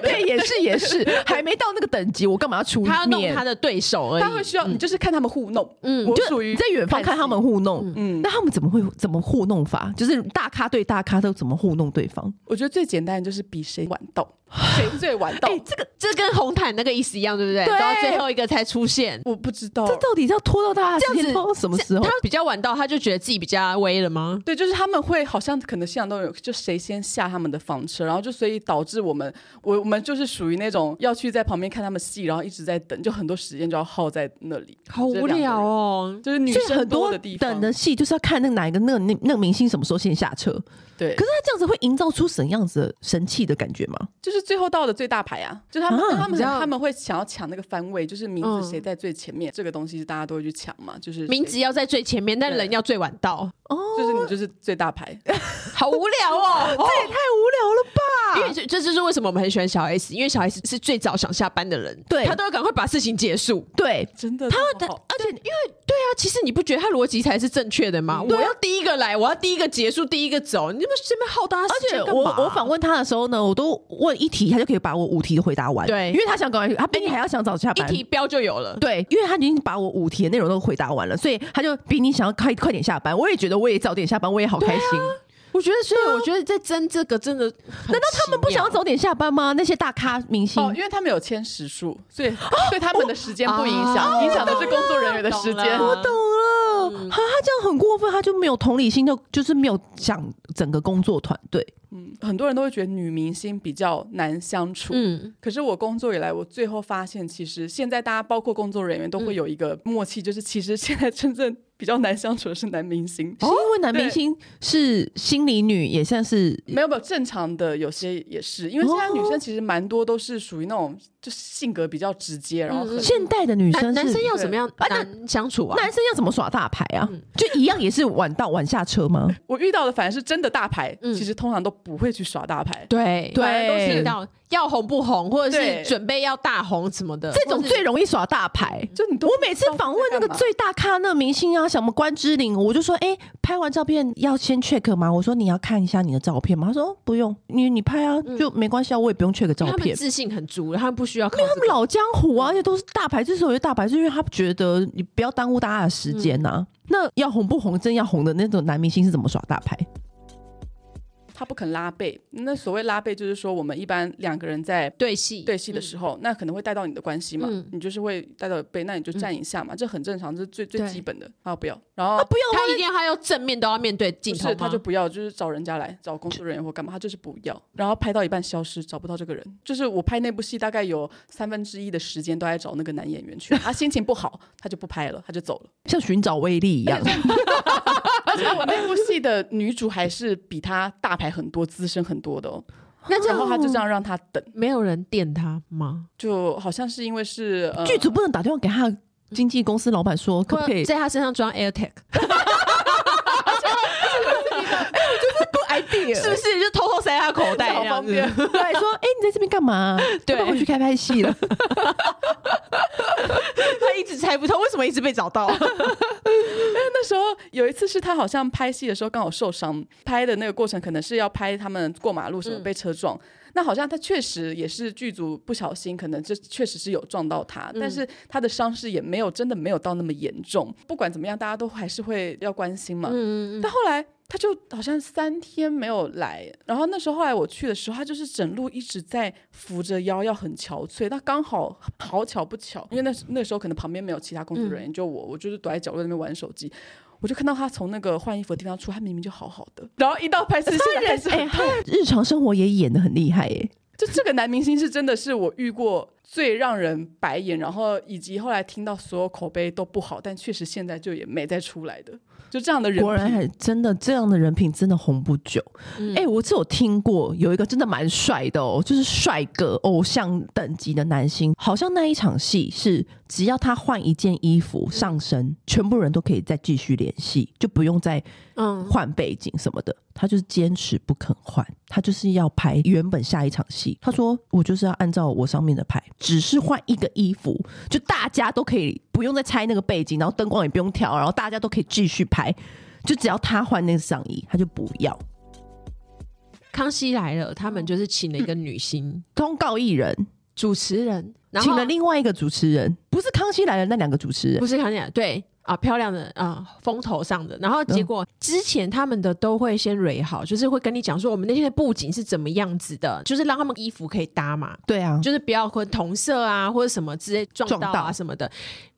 S1: 对，也是也 是，还没到那个等级，我干嘛要出面？
S2: 他要弄他的对手而
S3: 他会
S2: 已。
S3: 需要你就是看他们互弄，
S2: 嗯
S3: 我
S1: 嗯就
S3: 属于
S1: 你在远方看他们互弄，
S3: 嗯
S1: 那他们怎么会怎么互弄法？就是大咖对大咖都怎么互弄对方？
S3: 我觉得最简单的就是比谁晚 到，谁最晚到
S1: 哎、，这个
S2: 这跟红毯那个意思一样，对不对？
S1: 对
S2: 到最后一个才出现，
S3: 我不知道
S1: 这。到底是要拖到大家
S2: 哦这
S1: 时
S2: 样
S1: 间
S2: 子
S1: 拖到什么时候
S2: 他？比较晚到，他就觉得自己比较威了吗？
S3: 对，就是他们会好像可能现场都有，就谁先下他们的房车，然后就所以导致我们，我我们就是属于那种要去在旁边看他们戏，然后一直在等，就很多时间就要耗在那里，
S2: 好无聊哦。
S3: 就是女
S1: 所以
S3: 生
S1: 很
S3: 多
S1: 多
S3: 的地方。
S1: 等的戏就是要看那个哪一个那个那那个明星什么时候先下车。可
S3: 对，
S1: 是他这样子会营造出什么样子的神气的感觉吗？
S3: 就是最后到的最大牌啊，就是他们、
S1: 啊
S3: 他们
S2: 你知道
S3: 他们会想要抢那个番位，就是名
S2: 嗯
S3: 字谁在最前面，这个东西是大家都会去抢嘛，就是
S2: 名字要在最前面，但
S3: 对
S2: 人要最晚到，
S1: 哦，哎
S3: 就是你就是最大牌，
S2: 好无聊哦。哦
S1: 太无聊
S2: 因为
S1: 了吧？
S2: 这这就是为什么我们很喜欢小 S，因为小 S 是最早想下班的人，
S1: 对
S2: 他都要赶快把事情结束。
S1: 对，
S3: 真的
S2: 他
S3: 好
S2: 的，
S3: 好
S2: 而且因为对啊，其实你不觉得他逻辑才是正确的吗？
S3: 嗯
S2: 我要第一个来，我要第一个结束，第一个走，你们这边耗大家
S1: 而
S2: 时
S1: 且
S2: 间干
S1: 我
S2: 嘛？啊
S1: 我访问他的时候呢，我都问一题，他就可以把我五题都回答完。
S2: 对
S1: 因为他想赶快，他比哎你还要想早下
S2: 一
S1: 班。
S2: 题标就有了。
S1: 对，因为他已经把我五题的内容都回答完了，所以他就比你想要快快点下班。我也觉得我也早点下班，我也好开心。
S2: 我觉得，啊所以我觉得在争这个真的，难
S1: 难道他们不想要早点下班吗？那些大咖明星，
S3: 哦，因为他们有签时数，所以
S1: 哦
S3: 对他们的时间不影响，
S2: 哦
S3: 影响的是工作人员的时
S2: 懂了
S3: 间。
S1: 我懂了，哈、他这样很过分，他就没有同理心，就就是没有想整个工作团队。
S3: 嗯，很多人都会觉得女明星比较难相处。
S2: 嗯，
S3: 可是我工作以来，我
S2: 嗯
S3: 最后发现，其实现在大家包括工作人员都会有一个默契，就是其实现在真正比较难相处的是男明 星。
S1: 是
S2: 哦
S1: 因为男明星是心理女，也算是
S3: 没有没有正常的，有些也是，因为现在女生其实蛮多都是属于那种就是性格比较直接，然后很
S2: 嗯
S1: 现代的女
S2: 男
S1: 生
S2: 男
S1: 是
S2: 生要怎么样
S1: 啊那
S2: 难相处啊？
S1: 男生要怎么耍大牌啊？
S2: 嗯
S1: 就一样也是晚到晚下车吗？
S3: 我遇到的反而是真的大牌，
S2: 嗯
S3: 其实通常都不会去耍大牌。
S2: 对
S1: 对
S2: 反而都听到要红不红，或者
S3: 对
S2: 是准备要大红什么的，
S1: 这种最容易耍大牌。
S3: 就你都
S1: 我每次访问那个最大咖那个明星啊，什么关之琳，我就说，哎、拍完照片要先 check 吗？我说你要看一下你的照片吗？他说哦不用，你你拍啊，
S2: 嗯
S1: 就没关系啊，我也不用 check 照
S2: 因为他们
S1: 片。
S2: 自信很足，他们不需要靠这个。
S1: 他们老江湖啊，而且都是大牌。之所以大牌，是因为他觉得你不要耽误大家的时间呐、那要红不红，真要红的那种男明星是怎么耍大牌？
S3: 他不肯拉背，那所谓拉背就是说我们一般两个人在
S2: 对戏，
S3: 对戏的时候，那可能会带到你的关系嘛，
S2: 嗯
S3: 你就是会带到背，那你就站一下嘛，这很正常，这是最最
S2: 对
S3: 基本的啊，不要，然后
S1: 啊，不要
S2: 他一定要他要正面都要面对镜
S3: 不
S2: 头
S3: 是，他
S2: 吗
S3: 就？不要，就是找人家来，找工作人员或干嘛，他就是不要。然后拍到一半消失，找不到这个人。就是我拍那部戏，大概有三分之一的时间都在找那个男演员去。他心情不好，他就不拍了，他就走 了。
S1: 像寻找威力一 样。
S3: 而且我那部戏的女主还是比他大牌很多、资深很多的哦。
S2: 那哦
S3: 然后他就这样让他等，
S2: 没有人电他吗？
S3: 就好像是因为是呃，
S1: 剧组不能打电话给他的经纪公司老板说，可不可以
S2: 或在他身上装 AirTag，
S1: idea？
S2: 是不是就偷偷塞他口袋
S3: 好
S2: 这样
S3: 方
S2: 子？
S3: 便。
S1: 对，说，哎、你在这边干 嘛？
S2: 对
S1: 要不要回去开拍戏了。
S2: 他一直猜不透为什么一直被找到。
S3: 那时候有一次是他好像拍戏的时候刚好受伤，拍的那个过程可能是要拍他们过马路什么被车撞。那好像他确实也是剧组不小心，可能这确实是有撞到他，但是他的伤势也没有真的没有到那么严重。不管怎么样，大家都还是会要关心嘛。
S2: 嗯，
S3: 但后来他就好像三天没有来，然后那时候后来我去的时候，他就是整路一直在扶着腰，要很憔悴。那刚好好巧不巧，因为那时那时候可能旁边没有其他工作
S1: 嗯
S3: 人员，就我，我就是躲在角落那边玩手机。我就看到他从那个换衣服的地方出，他明明就好好的，然后一到拍摄现在 还是
S1: 哎
S3: 很痛。
S1: 日常生活也演的很厉害耶、
S3: 就这个男明星是真的是我遇过最让人白眼，然后以及后来听到所有口碑都不好，但确实现在就也没再出来的，就这样的人
S1: 果然
S3: 品
S1: 还真的这样的人品真的红不久。哎、
S2: 嗯
S1: 我是有听过有一个真的蛮帅的哦，就是帅哥偶像等级的男星，好像那一场戏是只要他换一件衣服
S2: 嗯
S1: 上身，全部人都可以再继续联系，就不用再
S2: 嗯，
S1: 换背景什么的，他就是坚持不肯换，他就是要拍原本下一场戏。他说我就是要按照我上面的拍，只是换一个衣服，就大家都可以不用再拆那个背景，然后灯光也不用调，然后大家都可以继续拍。就只要他换那个上衣，他就不要
S2: 康熙来了，他们就是请了一个女星
S1: 通告艺人，
S2: 主持人，然后
S1: 请了另外一个主持人，不是《康熙来了》那两个主持人
S2: 不，是康熙来了，对。啊，漂亮的啊、风头上的，然后结果之前他们的都会先蕊好，就是会跟你讲说我们那天的布景是怎么样子的，就是让他们衣服可以搭嘛。
S1: 对啊，
S2: 就是不要和同色啊或者什么之类撞到
S1: 撞到
S2: 啊什么的。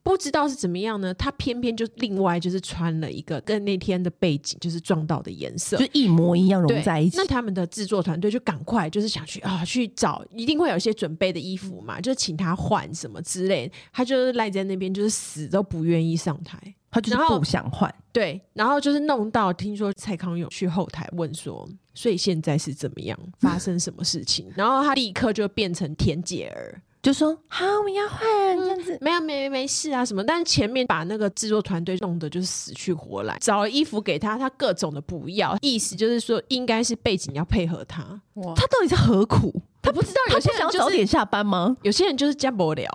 S2: 不知道是怎么样呢？他偏偏就另外就是穿了一个跟那天的背景就是撞到的颜色
S1: 就，一模一样
S2: 对
S1: 融在一起
S2: 那。他们的制作团队就赶快就是想去啊去找，一定会有一些准备的衣服嘛，就是请他换什么之类。他就是赖在那边，就是死都不愿意上台。
S1: 他就是
S2: 然后
S1: 不想换，
S2: 对，然后就是弄到听说蔡康永去后台问说，所以现在是怎么样，发生什么事情？然后他立刻就变成田姐儿，
S1: 就说嗯好我们要换这样子。
S2: 没有没没没事啊什么，但是前面把那个制作团队弄得就是死去活来，找了衣服给他，他各种的不要，意思就是说应该是背景要配合他。
S3: 哇
S1: 他到底是何苦？
S2: 他不知道
S1: 他
S2: 有
S1: 不
S2: 些人
S1: 想
S2: 就
S1: 早
S2: 是
S1: 点下班吗？
S2: 有些人就是这样无 聊。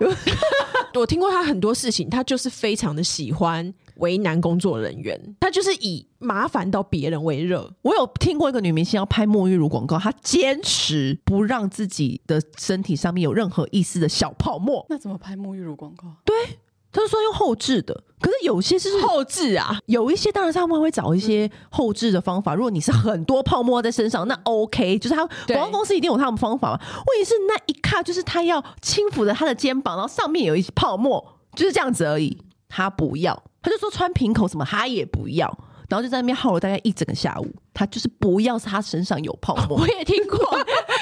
S2: 我听过他很多事情，他就是非常的喜欢为难工作人员，他就是以麻烦到别人为乐。
S1: 我有听过一个女明星要拍沐浴乳广告，她坚持不让自己的身体上面有任何一丝的小泡沫，
S3: 那怎么拍沐浴乳广告？
S1: 她就说用后置的。可是有些是
S2: 后置啊，
S1: 有一些，当然他们会找一些后置的方法。如果你是很多泡沫在身上，那 OK，就是他
S2: 对
S1: 广告公司一定有他们方法嘛。问题是那一看就是他要轻抚着他的肩膀，然后上面有一些泡沫，就是这样子而已。他不要，他就说穿平口什么，他也不要。然后就在那边耗了大概一整个下午。他就是不要他身上有泡沫
S2: 我，也听过，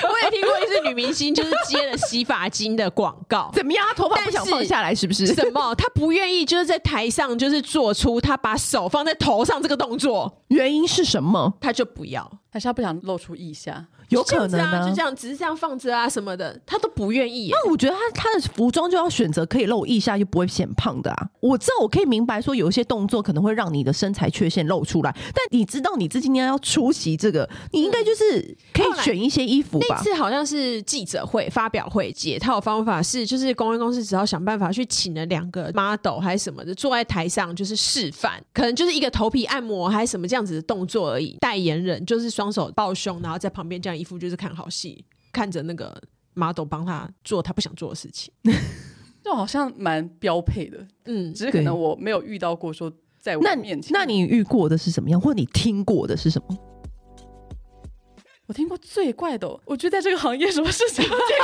S2: 我也听过一支女明星就是接了洗发精的广告。
S1: 怎么样？他头发不想
S2: 但是
S1: 放下来，是不是？
S2: 什么？她不愿意，就是在台上，就是做出她把手放在头上这个动作，
S1: 原因是什么？
S2: 她就不要。
S3: 还是他不想露出腋下？
S1: 有可能
S2: 就这样子啊，
S1: 呢
S2: 就这。样，只是这样放着啊什么的，她都不愿意耶。
S1: 那我觉得他他的服装就要选择可以露腋下又不会显胖的啊。我知道我可以明白说有一些动作可能会让你的身材缺陷露出来，但你知道你自己今天要出席这个，你
S3: 嗯
S1: 应该就是可以选一些衣服
S2: 那
S1: 吧。
S2: 次好像是记者会发表会，解套方法是，就是公关公司只要想办法去请了两个 model 还是什么的，坐在台上就是示范，可能就是一个头皮按摩还是什么这样子的动作而已。代言人就是双手抱胸，然后在旁边这样一副就是看好戏，看着那个 model 帮他做他不想做的事情。
S3: 就好像蛮标配的，
S2: 嗯，
S3: 只是可
S1: 对
S3: 能我没有遇到过说在我
S1: 那
S3: 面前。
S1: 那你遇过的是什么样，或者你听过的是什么？
S3: 我听过最怪的哦、我觉得在这个行业什么事情都见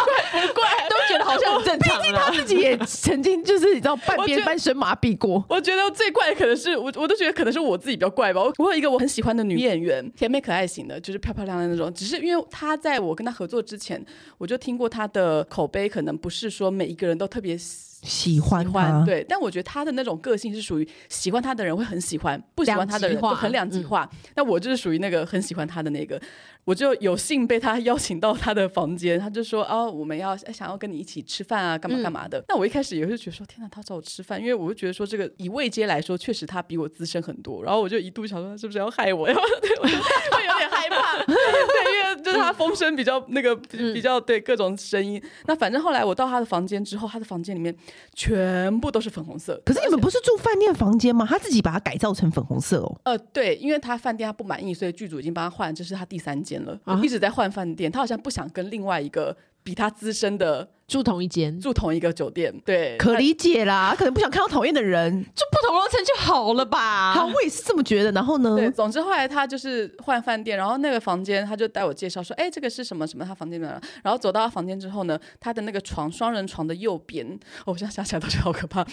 S3: 怪不怪。
S2: 都觉得好像很正常啊啦。
S1: 自己也曾经就是你知 道半
S3: 啊我觉
S1: 边
S3: 得
S1: 半身麻痹过。
S3: 我觉得最怪的可能是我，我都觉得可能是我自己比较怪吧。我我有一个我很喜欢的女演员，甜美可爱型的，就是漂漂亮亮的那种。只是因为她在我跟她合作之前，我就听过她的口碑，可能不是说每一个人都特别喜
S1: 喜欢
S3: 欢。
S1: 他，
S3: 对，但我觉得她的那种个性是属于喜欢她的人会很喜欢，不喜欢她的人
S2: 两极
S3: 就
S2: 化嗯
S3: 很两极化。那我就是属于那个很喜欢她的那个，我就有幸被她邀请到她的房间，她就说：“哦，我们要想要跟你一起吃饭啊，干嘛
S2: 嗯
S3: 干嘛的。那我一开始也是觉得说：“天哪，她找我吃饭！”因为我就觉得说，这个以位阶来说，确实她比我资深很多。然后我就一度想说，她是不是要害我？然后 对我就会有点害怕，对，因为就是她风声比较那个，
S2: 嗯
S3: 比较对各种声音。那反正后来我到她的房间之后，她的房间里面全部都是粉红色。
S1: 可是你们不是住饭店房间吗？他自己把它改造成粉红色哦。
S3: 呃，对，因为他饭店他不满意，所以剧组已经帮他换，这是他第三间了，
S2: 啊
S3: 一直在换饭店。他好像不想跟另外一个比他资深的
S2: 住同一间，
S3: 住同一个酒店。对，
S1: 可
S3: 他
S1: 理解啦，可能不想看到讨厌的人，
S2: 就不同楼层就好了吧？
S1: 好，我也是这么觉得。然后
S2: 嗯
S1: 呢？
S3: 啊对，总之后来他就是换饭店，然后那个房间他就带我介绍说，哎，这个是什么什么，他房间的。然后走到他房间之后呢，他的那个床双人床的右边，哦我现在想起来都觉得好可怕，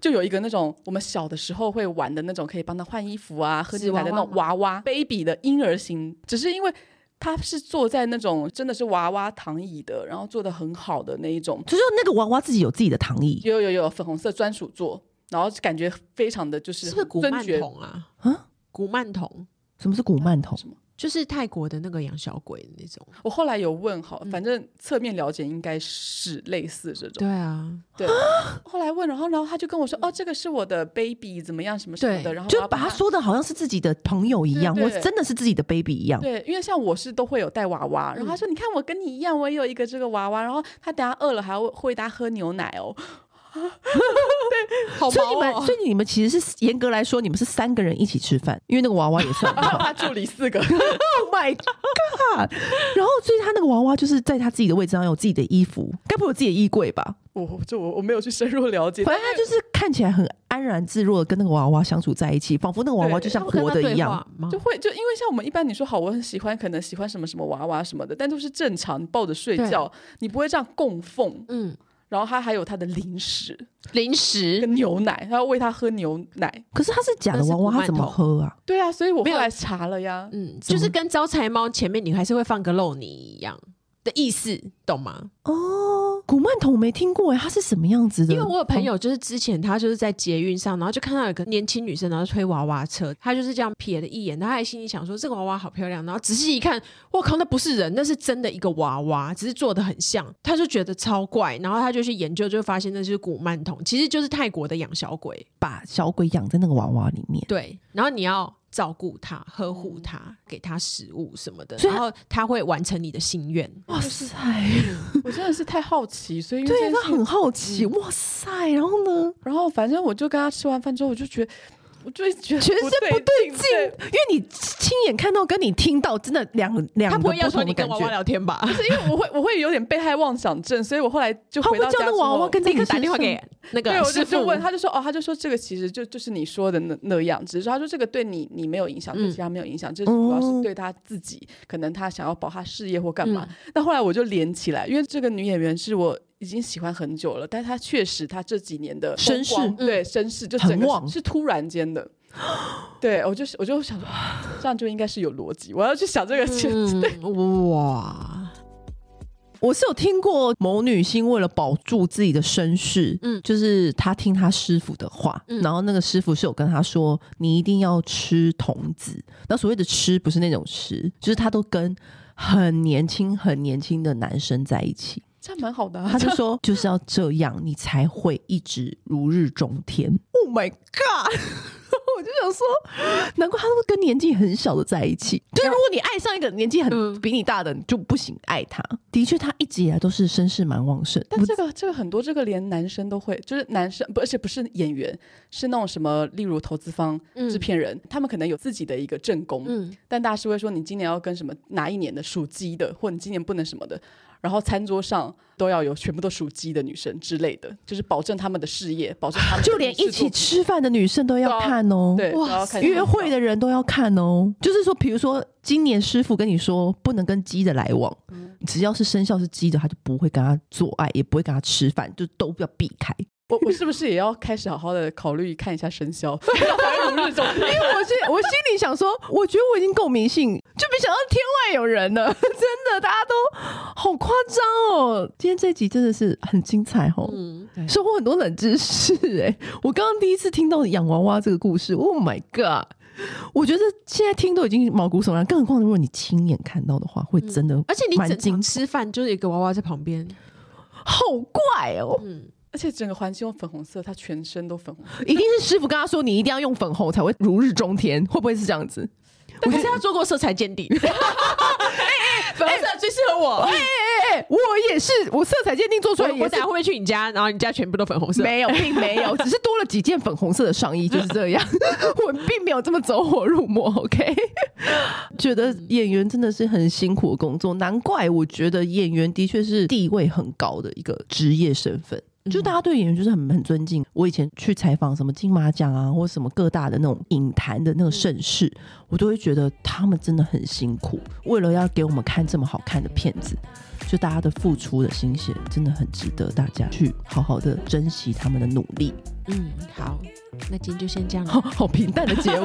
S3: 就有一个那种我们小的时候会玩的那种，可以帮他换衣服啊、喝
S2: 纸
S3: 牛奶的那
S2: 娃娃
S3: 种娃娃，baby 的婴儿型，只是因为。他是坐在那种真的是娃娃躺椅的，然后做的很好的那一种，
S1: 就是那个娃娃自己有自己的躺椅，
S3: 有有有粉红色专属座，然后感觉非常的就是
S2: 是不是古
S3: 尊
S2: 曼
S3: 爵
S2: 童啊？
S1: 啊，
S2: 古曼童
S1: 什么是古曼童？
S3: 什么？
S2: 就是泰国的那个养小鬼的那种。
S3: 我后来有问好，
S1: 嗯
S3: 反正侧面了解应该是类似这种。
S2: 对啊，
S3: 对，后来问，然后然后他就跟我说，哦，这个是我的 baby，怎么样，什么什么
S2: 对
S3: 的，然后我
S1: 就
S3: 要
S1: 把它
S3: 它。
S1: 说的好像是自己的朋友一样，
S3: 对
S1: 或
S3: 对
S1: 是真的是自己的 baby 一样。
S3: 对，因为像我是都会有带娃娃，然
S1: 嗯
S3: 后他说：“你看我跟你一样，我也有一个这个娃娃。”然后他等下饿了还要会大家喝牛奶哦。
S2: 好
S1: 所以你
S2: 毛
S1: 们，
S2: 哦
S1: 所！以你们其实是严格来说，你们是三个人一起吃饭，因为那个娃娃也 算。
S3: 然后他助理四个，
S1: oh my god！然后，所以他那个娃娃就是在他自己的位置上有自己的衣服，该不会有自己的衣柜吧？
S3: 我这我我没有去深入了解，
S1: 反正他就是看起来很安然自若，跟那个娃娃相处在一起，仿佛那个娃娃就像活的一样。
S2: 他们跟他对话吗
S3: 就会就因为像我们一般，你说好，我很喜欢，可能喜欢什么什么娃娃什么的，但都是正常你抱着睡
S2: 对
S3: 觉，你不会这样供奉。
S2: 嗯，
S3: 然后他还有他的零食，
S2: 零食
S3: 跟牛奶，他要喂他喝牛奶。
S1: 可是他是假的娃娃，
S2: 那
S1: 他
S2: 是
S1: 怎
S2: 古曼童
S1: 么喝啊？
S3: 对啊，所以我
S2: 没有
S3: 后来查了呀。
S2: 嗯，就是跟招财猫前面你还是会放个肉泥一样的意思，懂吗？
S1: 哦，古曼童我没听过哎，他是什么样子的？
S2: 因为我有朋友就是之前他就是在捷运上，然后就看到有个年轻女生，然后推娃娃车，他就是这样瞥了一眼，然后他还心里想说这个娃娃好漂亮，然后仔细一看，我靠，那不是人，那是真的一个娃娃，只是做的很像，他就觉得超怪，然后他就去研究，就发现那是古曼童，其实就是泰国的养小鬼，
S1: 把小鬼养在那个娃娃里面。
S2: 对，然后你要。照顾它，呵护它，给它食物什么的，
S1: 所以
S2: 然后它会完成你的心愿。
S1: 哇塞，
S3: 我真的是太好奇， 所以因为
S1: 嗯
S3: 这
S1: 对
S3: 件
S1: 他
S3: 事情
S1: 很好奇，哇塞，然后呢？
S3: 然后反正我就跟他吃完饭之后，我就觉得，我就觉得
S1: 全身不对劲，
S3: 对
S1: 因为你亲眼看到跟你听到，真的两两
S2: 它
S1: 个
S2: 不会要求
S1: 同
S2: 你
S1: 的
S2: 跟
S1: 感
S2: 娃娃
S1: 觉。
S2: 聊天吧？
S3: 不是因为我会我会有点被害妄想症，所以我后来就
S1: 他
S3: 回
S1: 会
S3: 到
S1: 叫
S3: 家
S1: 那
S3: 之
S1: 娃娃
S3: 后
S1: 跟在
S2: 立
S1: 你
S2: 刻
S1: 身
S2: 打
S1: 上
S2: 电话给那
S3: 对，
S2: 个
S3: 我就
S2: 师
S3: 就
S2: 傅，
S3: 问，他就说哦，他就说这个其实就就是你说的那那样，只是说他说这个对你你没有影响，对
S2: 嗯
S3: 其他没有影响，这主要
S1: 哦嗯
S3: 是对他自己，可能他想要保他事业或干嘛。那后来我就连起来，因为这个女演员是我。已经喜欢很久了，但她确实她这几年的
S1: 声
S3: 风光
S1: 势
S3: 对声势就
S1: 嗯很
S3: 整个
S1: 旺
S3: 是是突然间的，对，我就是我就想说，这样就应该是有逻辑，我要去想 这个事情。
S2: 嗯，哇，
S1: 我是有听过某女星为了保住自己的身世，
S2: 嗯
S1: 嗯，就是她听她师傅的话，
S2: 嗯
S1: 然后那个师傅是有跟她说，你一定要吃童子。那所谓的吃，不是那种吃，就是她都跟很年轻、很年轻的男生在一起。
S3: 这样蛮好的、啊，
S1: 她就说，就是要这样，你才会一直如日中天。Oh my god！我 就想说，难怪她都跟年纪很小的在一起。就是如果你爱上一个年纪很、
S2: 嗯
S1: 比你大的，你就不行爱他。的确，他一直以来都是身世蛮旺盛。
S3: 但
S1: 不
S3: 这个这个很多，这个连男生都会，就是男生不，而且不是演员，是那种什么，例如投资方、
S2: 嗯
S3: 制片人，他们可能有自己的一个正宫，
S2: 嗯
S3: 但大师会说你今年要跟什么哪一年的属鸡的，或你今年不能什么的，然后餐桌上都要有全部都属鸡的女生之类的，就是保证他们的事业，保证他们的
S1: 就连一起吃饭的女生都要看哦，
S3: 对
S2: 哇
S3: 都要看
S1: 约会的人都要看哦。就是说，比如说今年师傅跟你说不能跟鸡的来往，只要是生肖是鸡的，他就不会跟他做爱，也不会跟他吃饭，就都要避开。
S3: 我我是不是也要开始好好的考虑看一下生肖， 要如日中天？
S1: 因为我是我心里想说，我觉得我已经够迷信，就没想到天外有人了， 真的，大家都好夸张哦。今天这集真的是很精彩哦。
S2: 嗯，
S1: 收获很多冷知识哎、我刚刚第一次听到养娃娃这个故事，Oh my god！我觉得现在听都已经毛骨悚然，更何况如果你亲眼看到的话，会真的
S2: 嗯而且你
S1: 蛮
S2: 整
S1: 惊
S2: 场吃饭就是有一个娃娃在旁边，
S1: 好怪哦！
S2: 嗯，
S3: 而且整个环境用粉红色，他全身都粉红色。
S1: 一定是师傅跟他说你一定要用粉红才会如日中天，会不会是这样 子？
S2: 我觉得他做过色彩鉴定，哎粉红色最适合我。
S1: 哎、我也是，我色彩鉴定做出
S2: 我
S1: 来
S2: 我
S1: 也
S2: 等
S1: 是
S2: 下会不会去你家，然后你家全部都粉红色？
S1: 没有，并没有，只是多了几件粉红色的上衣，就是这样。 我并没有这么走火入魔，OK？觉得演员真的是很辛苦的工作，难怪我觉得演员的确是地位很高的一个职业身份。就大家对演员就是很很尊敬。我以前去采访什么金马奖啊，或什么各大的那种影坛的那个盛世，我都会觉得他们真的很辛苦，为了要给我们看这么好看的片子，就大家的付出的心血真的很值得大家去好好的珍惜他们的努力。
S2: 嗯，好，那今天就先这样了。
S1: 好 好平淡的结尾，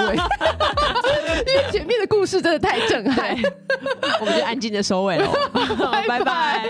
S1: 因为前面的故事真的太震撼。
S2: 我们就安静的收尾了， 拜拜。